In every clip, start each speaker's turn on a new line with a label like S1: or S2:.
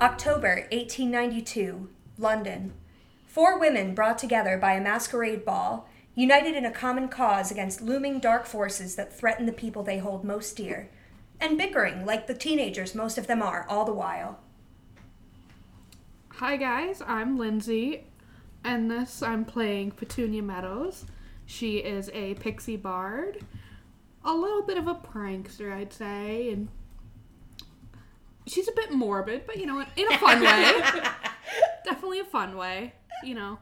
S1: October 1892, London. Four women brought together by a masquerade ball, united in a common cause against looming dark forces that threaten the people they hold most dear, and bickering like the teenagers most of them are all the while.
S2: Hi guys, I'm Lindsay, and this I'm playing Petunia Meadows. She is a pixie bard, a little bit of a prankster, I'd say, and she's a bit morbid, but you know, in a fun way. Definitely a fun way, you know.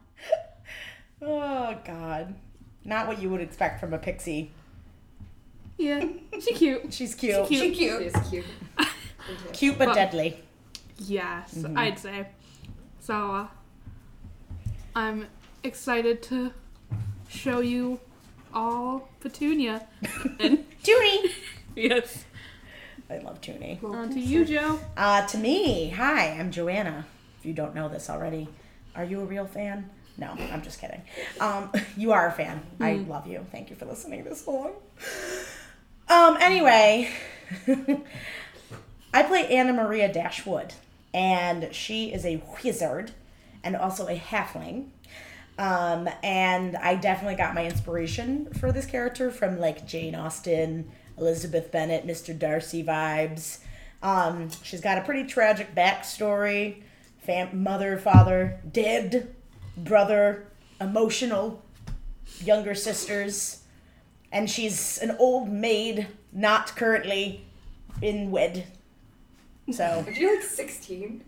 S3: Oh God, not what you would expect from a pixie.
S2: Yeah, she cute.
S3: She's cute,
S2: She
S1: She
S2: cute.
S1: cute.
S4: It's cute.
S3: cute but
S2: But-
S3: deadly.
S2: Yes, I'd say. So uh, I'm excited to show you all Petunia. and
S3: Toonie.
S2: yes,
S3: I love Toonie.
S2: on Um, to you, Joe.
S3: Uh, to me, hi, I'm Joanna. If you don't know this already, are you a real fan? No, I'm just kidding. Um, you are a fan. I
S2: Mm.
S3: love you. Thank you for listening this long. Um, anyway, I play Anna Maria Dashwood, and she is a wizard and also a halfling. Um, and I definitely got my inspiration for this character from like Jane Austen, Elizabeth Bennet, Mr. Darcy vibes. Um, she's got a pretty tragic backstory fam- mother, father, dead, brother, emotional, younger sisters. And she's an old maid, not currently in wed. So,
S4: Are you like 16?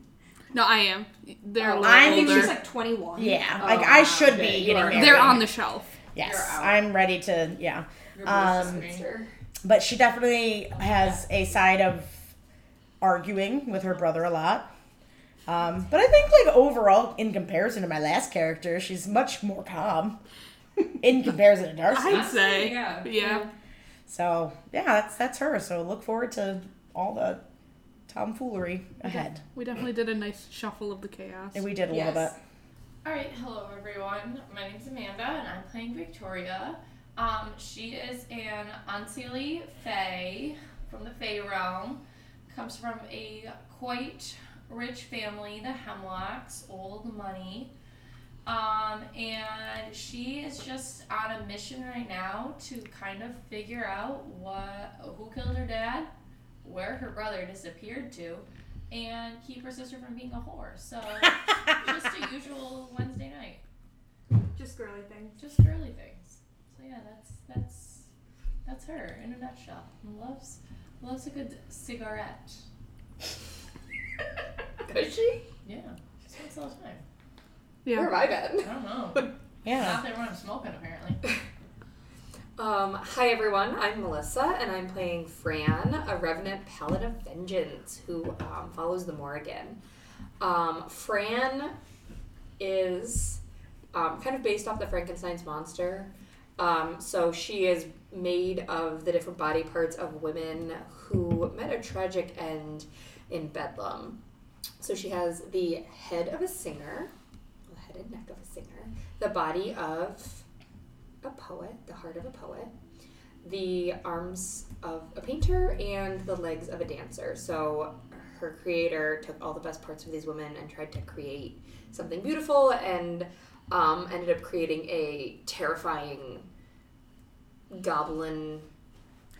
S2: No, I am. They're a
S4: Oh,
S2: little
S3: I
S2: older.
S3: think she's
S1: like 21.
S3: yeah,
S4: Oh,
S3: like I
S4: wow,
S3: should
S4: okay,
S3: be
S4: you
S3: getting
S4: are-
S3: married.
S2: They're on the shelf.
S3: Yes,
S4: You're out.
S3: I'm ready to, yeah.
S4: Your
S3: Um, but she definitely has a side of arguing with her brother a lot. Um, but I think, like overall, in comparison to my last character, she's much more calm. in comparison to Darcy,
S2: I'd say.
S4: yeah,
S2: Yeah.
S4: yeah.
S3: so yeah, that's that's her. So look forward to all the tomfoolery ahead.
S2: We definitely did a nice shuffle of the chaos.
S3: And we did a little
S5: Yes.
S3: bit.
S5: All right, hello everyone. My name's Amanda, and I'm playing Victoria. Um, she is an Ancili Fae from the Fae realm. Comes from a quite rich family, the Hemlocks, old money. Um, and she is just on a mission right now to kind of figure out what who killed her dad, where her brother disappeared to, and keep her sister from being a whore. So. just a usual Wednesday night.
S1: Just girly things.
S5: Just girly things. So yeah, that's that's that's her in a nutshell. And loves loves a good cigarette.
S4: Is she?
S5: Yeah. She smokes all the time.
S2: yeah.
S4: Where have I been?
S5: I don't know.
S3: Yeah.
S5: Not that I'm smoking apparently.
S4: Um, hi everyone, I'm Melissa, and I'm playing Fran, a revenant paladin of vengeance who um, follows the Morrigan. Um, Fran is um, kind of based off the Frankenstein's monster. Um, so she is made of the different body parts of women who met a tragic end in Bedlam. So she has the head of a singer, the head and neck of a singer, the body of a poet, the heart of a poet, the arms of a painter, and the legs of a dancer. So her creator took all the best parts of these women and tried to create something beautiful and um, ended up creating a terrifying goblin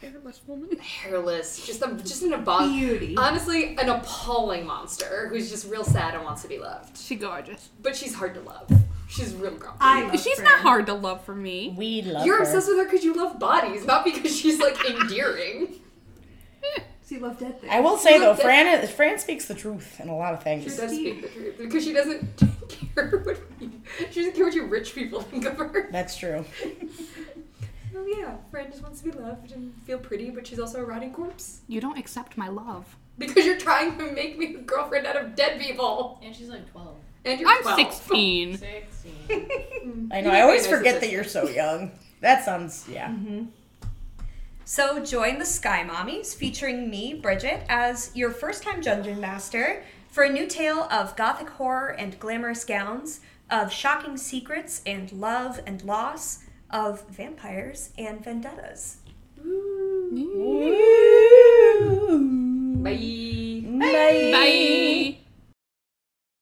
S2: Hairless woman.
S4: hairless just a, just an abon-
S1: Beauty.
S4: honestly an appalling monster who's just real sad and wants to be loved
S2: She gorgeous.
S4: but she's hard to love she's real grumpy
S1: I love
S2: She's
S1: her.
S2: not hard to love for me.
S3: We love
S4: you're
S3: her.
S4: obsessed with her because you love bodies not because she's like endearing
S1: She loved dead things.
S3: I will say though,
S4: Look at-
S3: Fran is, Fran speaks the truth in a lot of
S4: She
S3: things.
S4: does speak the truth because she doesn't care what you, she doesn't care what you rich people think of her.
S3: That's true.
S4: Oh yeah, Fran just wants to be loved and feel pretty, but she's also a rotting corpse
S2: You don't accept my love.
S4: because you're trying to make me a girlfriend out of dead people.
S5: And she's like 12.
S4: And you're
S2: I'm
S4: 12.
S2: 16.
S5: 16.
S3: I know.
S4: You're
S3: I always
S4: very nice
S3: forget
S4: sister.
S3: that you're so young. That sounds yeah.
S1: So join the Sky Mommies featuring me, Bridget, as your first time dungeon master for a new tale of gothic horror and glamorous gowns, of shocking secrets and love and loss, of vampires and vendettas.
S2: Ooh.